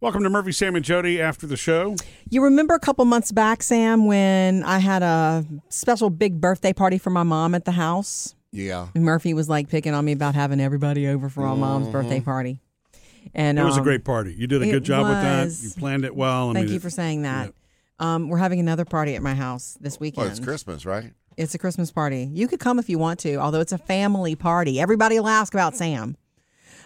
Welcome to Murphy, Sam, and Jody after the show. You remember a couple months back, Sam, when I had a special big birthday party for my mom at the house? Yeah. Murphy was like picking on me about having everybody over for my mom's birthday party. And Mm-hmm. It was a um, great party. You did a it good job with that. was. You planned it well. I Thank mean, you for saying that. Um, we're having another party at my house this Oh, weekend. Well, it's Christmas, right? It's a Christmas party. You could come if you want to, although it's a family party. Everybody will ask about Sam.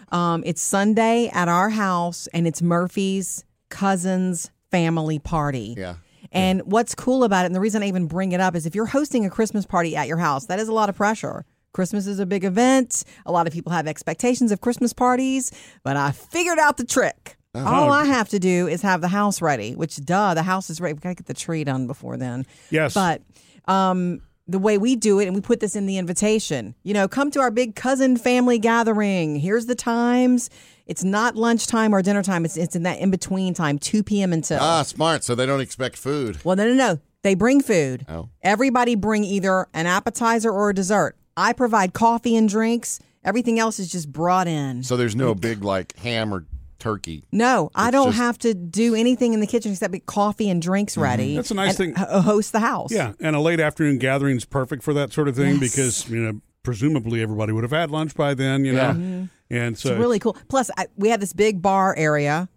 Um, it's Sunday at our house, and it's Murphy's cousin's family party. Yeah. And what's cool about it, and the reason I even bring it up, is if you're hosting a Christmas party at your house, that is a lot of pressure. Christmas is a big event. A lot of people have expectations of Christmas parties, but I figured out the trick. Uh-huh. All I have to do is have the house ready, which, duh, the house is ready. We've got to get the tree done before then. Yes. But um, the way we do it, and we put this in the invitation, you know, come to our big cousin family gathering. Here's the times. It's not lunchtime or dinner time. It's, it's in that in between time, 2 p.m. until. Ah, smart. So they don't expect food. Well, no, no, no. They bring food. Oh. Everybody bring either an appetizer or a dessert. I provide coffee and drinks. Everything else is just brought in. So there's no big like ham or turkey. no, I don't just- Mm-hmm. have to do anything in the kitchen except get coffee and drinks ready. That's a nice thing. and ho- host the house. Yeah, and a late afternoon gathering's perfect for that sort of thing because you know presumably everybody would have had lunch by then. You know, Yeah. and so Mm-hmm. It's really cool. Plus, I, we have this big bar area,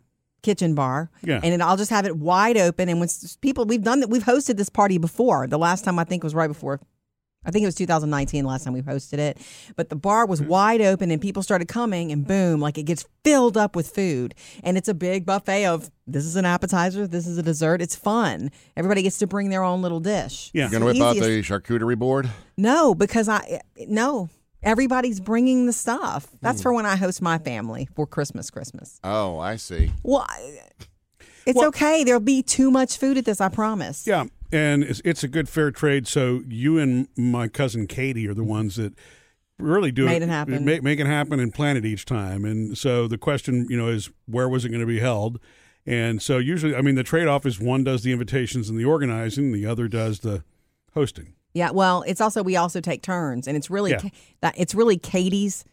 kitchen bar. Yeah. And it, I'll just have it wide open. And when s- people, we've done that, we've hosted this party before. The last time I think was right before. I think it was 2019 last time we hosted it, but the bar was Mm-hmm. wide open and people started coming and boom, like it gets filled up with food and it's a big buffet of this is an appetizer, this is a dessert. It's fun. Everybody gets to bring their own little dish. Yeah. You're gonna It's whip the out the easiest- charcuterie board. no, because I no. Everybody's bringing the stuff. That's Hmm. for when I host my family for Christmas. Christmas. Oh, I see. Well, I- it's Well- okay. There'll be too much food at this. I promise. yeah, and it's, it's a good fair trade. So you and my cousin Katie are the ones that really do Made it happen. make, make it happen, and plan it each time. And so the question, you know, is where was it going to be held? And so usually, I mean, the trade-off is one does the invitations and the organizing, the other does the hosting. Yeah. Well, it's also we also take turns, and it's really Yeah. that it's really Katie's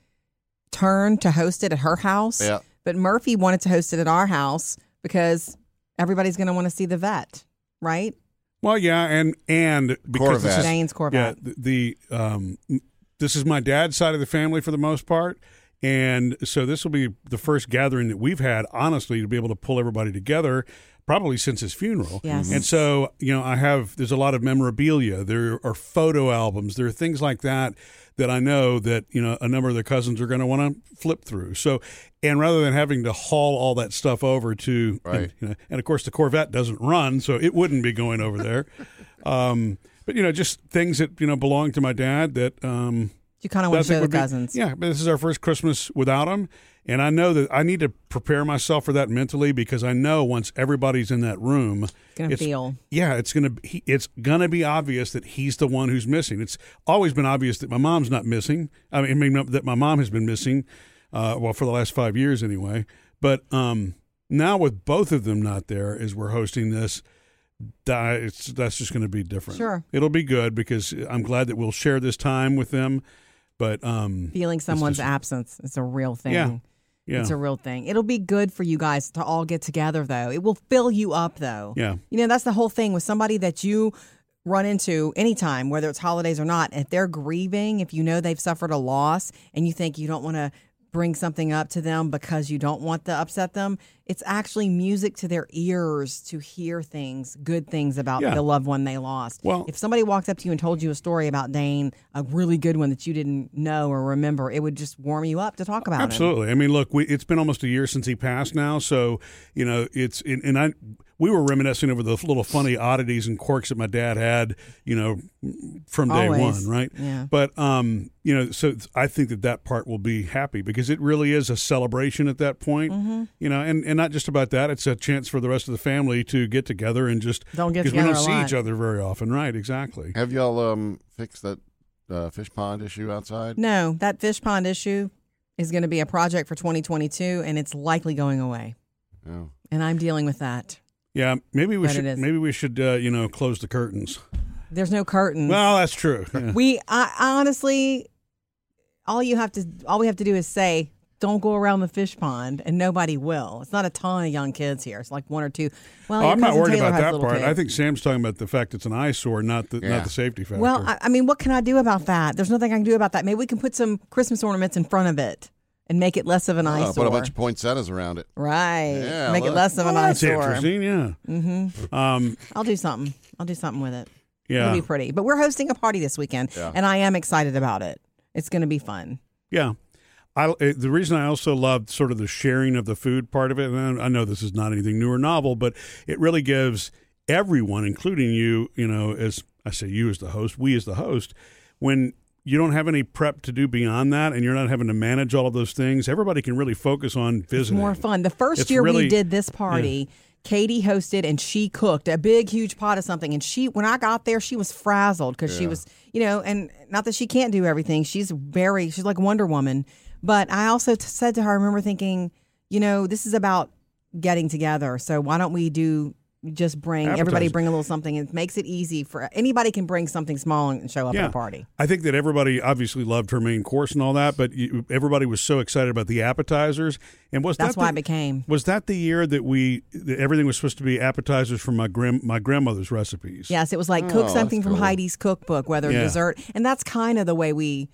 turn to host it at her house. Yeah. But Murphy wanted to host it at our house because everybody's going to want to see the vet, right? Well, yeah, and and because this Corvette. is- Dane's Corvette. Yeah, the, the um, m- this is my dad's side of the family for the most part, and so this will be the first gathering that we've had, honestly, to be able to pull everybody together, probably since his funeral. Yes. And so you know, I have there's a lot of memorabilia. There are photo albums. There are things like that that I know that you know a number of the cousins are going to want to flip through. So. And rather than having to haul all that stuff over to, Right. you know, and of course the Corvette doesn't run, so it wouldn't be going over there. Um, but you know, just things that you know belong to my dad that um, You kind that I of want to think show the would be- cousins. yeah, but this is our first Christmas without him, and I know that I need to prepare myself for that mentally because I know once everybody's in that room, Gonna feel. yeah, it's gonna be- he, it's gonna be obvious that he's the one who's missing. It's always been obvious that my mom's not missing. I mean, I mean, that my mom has been missing, uh, well, for the last five years anyway. But um, now with both of them not there, as we're hosting this, that, it's, that's just gonna be different. Sure. it'll be good because I'm glad that we'll share this time with them. But um, Feeling someone's just- absence is a real thing. Yeah. yeah, It's a real thing. It'll be good for you guys to all get together, though. It will fill you up, though. Yeah. You know, that's the whole thing with somebody that you run into anytime, whether it's holidays or not. If they're grieving, if you know they've suffered a loss and you think you don't want to bring something up to them because you don't want to upset them, it's actually music to their ears to hear things, good things about Yeah. the loved one they lost. Well- if somebody walked up to you and told you a story about Dane, a really good one that you didn't know or remember, it would just warm you up to talk about him. Absolutely. I mean, look, we, it's been almost a year since he passed now, so you know it's and, and I we were reminiscing over the little funny oddities and quirks that my dad had, you know, from day Always. one, right? Yeah. But um, you know, so it's- I think that that part will be happy because it really is a celebration at that point, Mm-hmm. you know, and and not just about that. It's a chance for the rest of the family to get together and just Don't get because we don't together a see lot. each other very often, right? Exactly. Have y'all um fixed that uh, fish pond issue outside? No, that fish pond issue is going to be a project for 2022, and it's likely going away. Mm-hmm. No. And I'm dealing with that. Yeah, maybe we But it should is. maybe we should uh, you know close the curtains. There's no curtains. Well, that's true. Yeah. we I, honestly, all you have to, all we have to do is say don't go around the fish pond, and nobody will. It's not a ton of young kids here. It's like one or two. Well, Oh, your I'm not cousin worried Taylor about has that little part. kids. I think Sam's talking about the fact it's an eyesore, not the Yeah. not the safety factor. Well, I, I mean, what can I do about that? There's nothing I can do about that. Maybe we can put some Christmas ornaments in front of it and make it less of an Uh, eyesore. put a bunch of poinsettias around it. right. Yeah, make it look. less of an Well, Oh, that's eyesore. interesting. Yeah. Mm-hmm. Um, I'll do something. I'll do something with it. yeah. It'll be pretty. But we're hosting a party this weekend, Yeah. and I am excited about it. It's going to be fun. Yeah. I, it- the reason I also loved sort of the sharing of the food part of it, and I, I know this is not anything new or novel, but it really gives everyone, including you, you know, as I say, you as the host, we as the host, when you don't have any prep to do beyond that and you're not having to manage all of those things, everybody can really focus on It's visiting. more fun. The first It's year really- we did this party, Katie hosted and she cooked a big, huge pot of something. And she, when I got there, she was frazzled because she was, you know, and not that she can't do everything. She's very, she's like Wonder Woman. But I also t- said to her, I remember thinking, you know, this is about getting together. So why don't we do just bring everybody Appetizers. bring a little something? It makes it easy for anybody can bring something small and show up at a party. I think that everybody obviously loved her main course and all that, but you, everybody was so excited about the appetizers. And was That's that why the, I became. Was that the year that we that everything was supposed to be appetizers from my grand my grandmother's recipes? Yes, it was like cook Oh, something that's from cool. Heidi's cookbook, whether Yeah. dessert, and that's kind of the way we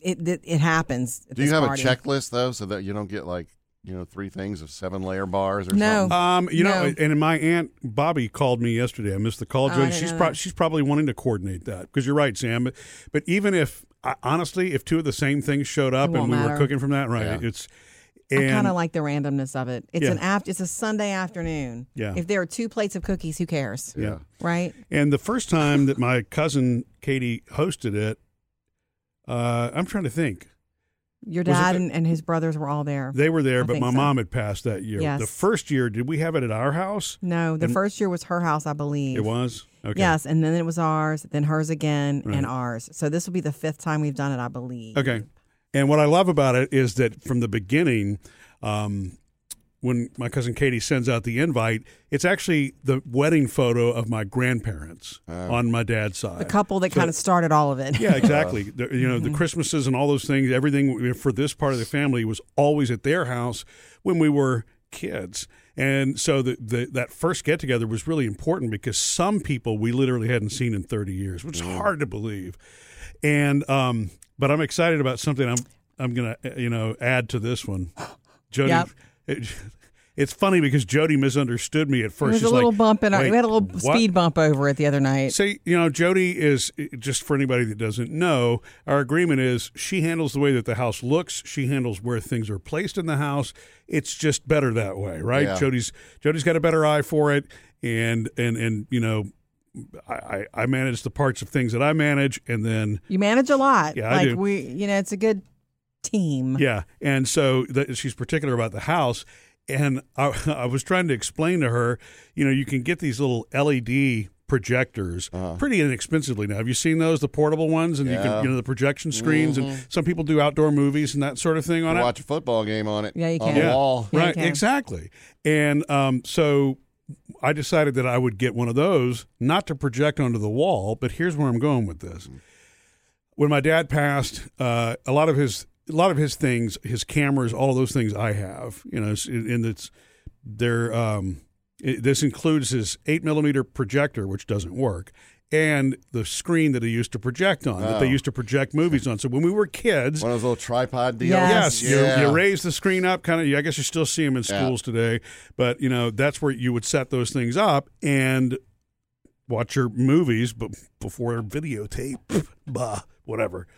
it it, it happens. At Do you this have party. a checklist though, so that you don't get like you know three things of seven layer bars or No. Uh, something? Um, you know, No. and my aunt Bobby called me yesterday. I missed the call, Oh, I Jody. didn't She's know prob- that. she's probably wanting to coordinate that because you're right, Sam. But, but even if I- honestly, if two of the same things showed up and won't we were matter. cooking from that, right? Yeah. It's I and kind of like the randomness of it. It's Yeah. an after. It's a Sunday afternoon. Yeah. If there are two plates of cookies, who cares, yeah. right? And the first time that my cousin Katie hosted it, uh, I'm trying to think. Your Was it dad the- and, and his brothers were all there. They were there, I but think my so. mom had passed that year. Yes. The first year, did we have it at our house? no, the and- first year was her house, I believe. It was. Okay. Yes, and then it was ours, then hers again, Right. and ours. So this will be the fifth time we've done it, I believe. Okay. And what I love about it is that from the beginning, um, when my cousin Katie sends out the invite, it's actually the wedding photo of my grandparents on my dad's side. The couple that So- kind of started all of it. Yeah, exactly. The- you know, the Mm-hmm. Christmases and all those things, everything for this part of the family was always at their house when we were kids. And so the, the, that first get together was really important because some people we literally hadn't seen in 30 years, which is hard to believe. And, um, but I'm excited about something I'm, I'm going to, you know, add to this one. Jody, Yep. it- it's funny because Jody misunderstood me at first. There was She's a little like, bump in our. "Wait, We had a little what?" speed bump over it the other night. So, you know, Jody is just for anybody that doesn't know, our agreement is she handles the way that the house looks, she handles where things are placed in the house. It's just better that way, right? Yeah. Jody's Jody's got a better eye for it and and and you know, I I I manage the parts of things that I manage and then You manage a lot. Yeah, I like do. we you know, it's a good team. yeah, and so that she's particular about the house and I, I was trying to explain to her, you know, you can get these little LED projectors pretty inexpensively now. Have you seen those, the portable ones, and you Yeah. can, you know, the projection screens, and some people do outdoor movies and that sort of thing on You it. watch a football game on it. Yeah, you on can. the wall. Yeah, you right, can. exactly. And um, so I decided that I would get one of those, not to project onto the wall, but here's where I'm going with this. When my dad passed, uh, a lot of his a lot of his things, his cameras, all those things I have, you know, s- and it's they're um, it, this includes his eight millimeter projector, which doesn't work, and the screen that he used to project on, that they Oh. used to project movies on. So when we were kids, One of those little tripod deals. Yes. Yes, Yeah. you, you raise the screen up, kind of. I guess you still see them in Yeah. schools today, but you know that's where you would set those things up and watch your movies, but before videotape, bah, whatever.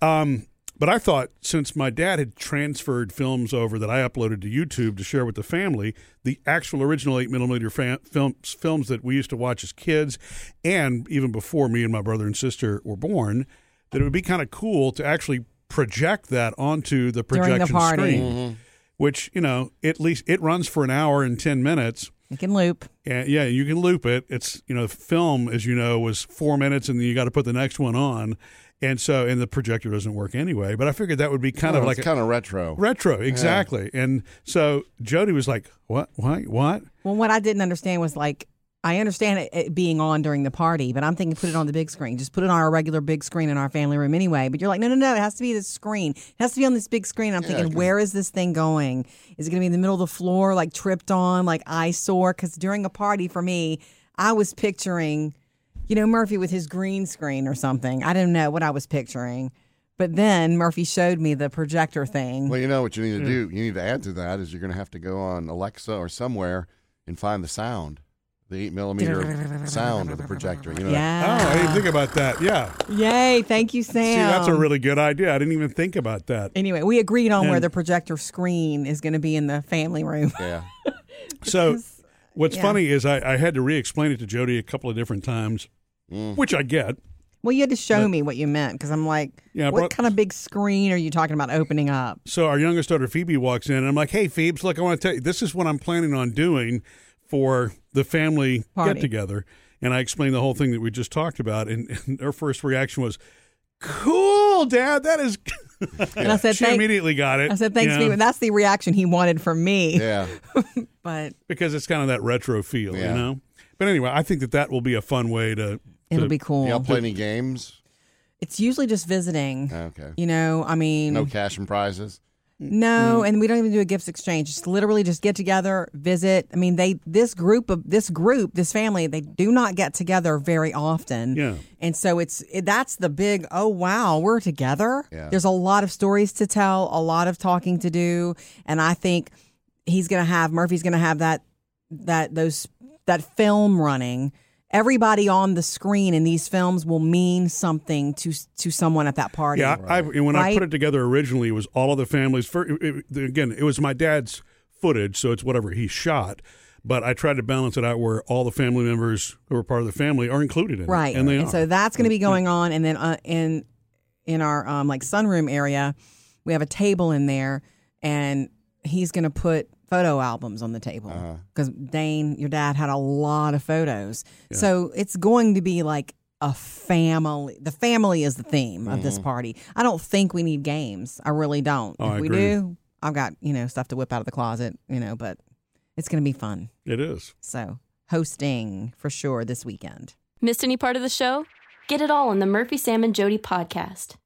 Um, but I thought since my dad had transferred films over that I uploaded to YouTube to share with the family, the actual original eight millimeter fa- films films that we used to watch as kids, and even before me and my brother and sister were born, that it would be kind of cool to actually project that onto the During the projection party. screen, which you know at least it runs for an hour and ten minutes. You can loop. And yeah, you can loop it. It's you know, film as you know was four minutes, and then you got to put the next one on, and so and the projector doesn't work anyway. But I figured that would be kind of Oh, like it's a kind of retro. retro, exactly. And so Jody was like, "What? Why? What?" Well, what I didn't understand was like I understand it, it being on during the party, but I'm thinking put it on the big screen. Just put it on our regular big screen in our family room anyway. But you're like, no, no, no. It has to be this screen. It has to be on this big screen. I'm Yeah, thinking, 'cause- where is this thing going? Is it going to be in the middle of the floor, like tripped on, like eyesore? Because during a party for me, I was picturing, you know, Murphy with his green screen or something. I didn't know what I was picturing. But then Murphy showed me the projector thing. Well, you know what you need to do. You need to add to that is you're going to have to go on Alexa or somewhere and find the sound, the eight millimeter sound of the projector. You know, Oh, I didn't yeah. think about that. Yeah. Yay. Thank you, See, Sam. that's a really good idea. I didn't even think about that. Anyway, we agreed on where And- the projector screen is going to be in the family room. yeah. So, what's yeah. funny is I, I had to re explain it to Jody a couple of different times, which I get. Well, you had to show me what you meant because I'm like, Yeah, I what brought- kind of big screen are you talking about opening up? So our youngest daughter Phoebe walks in, and I'm like, "Hey, Phoebes, look, I want to tell you, this is what I'm planning on doing for the family Party. get together." And I explained the whole thing that we just talked about, and, and her first reaction was, "Cool, Dad, that is." And I said, she thank, immediately got it. I said, thanks, you Phoebe. know, That's the reaction he wanted from me. Yeah. But because it's kind of that retro feel, Yeah. you know. But anyway, I think that that will be a fun way to. it'll to- be cool. Y'all play any games? It's usually just visiting. Okay. You know, I mean, No cash and prizes. Mm-hmm. No, and we don't even do a gifts exchange. Just literally just get together, visit. I mean, they this group of this group, this family, they do not get together very often. Yeah. And so it's it, that's the big oh wow, we're together. Yeah. There's a lot of stories to tell, a lot of talking to do, and I think he's going to have Murphy's going to have that that those that film running. Everybody on the screen in these films will mean something to to someone at that party. Yeah, I, I, when I Right? put it together originally, it was all of the families. For, it, it- again, it was my dad's footage, so it's whatever he shot. But I tried to balance it out where all the family members who were part of the family are included in right it, and they are. so that's going to be going on and then uh, in in our um, like sunroom area we have a table in there and he's going to put photo albums on the Uh-huh. table because dane your dad had a lot of photos so it's going to be like a family the family is the theme of this party i don't think we need games i really don't Mm-hmm. Oh, if I we agree. do i've got you know stuff to whip out of the closet you know but it's going to be fun it is. so hosting for sure this weekend Missed any part of the show? Get it all on the Murphy, Sam, and Jody podcast.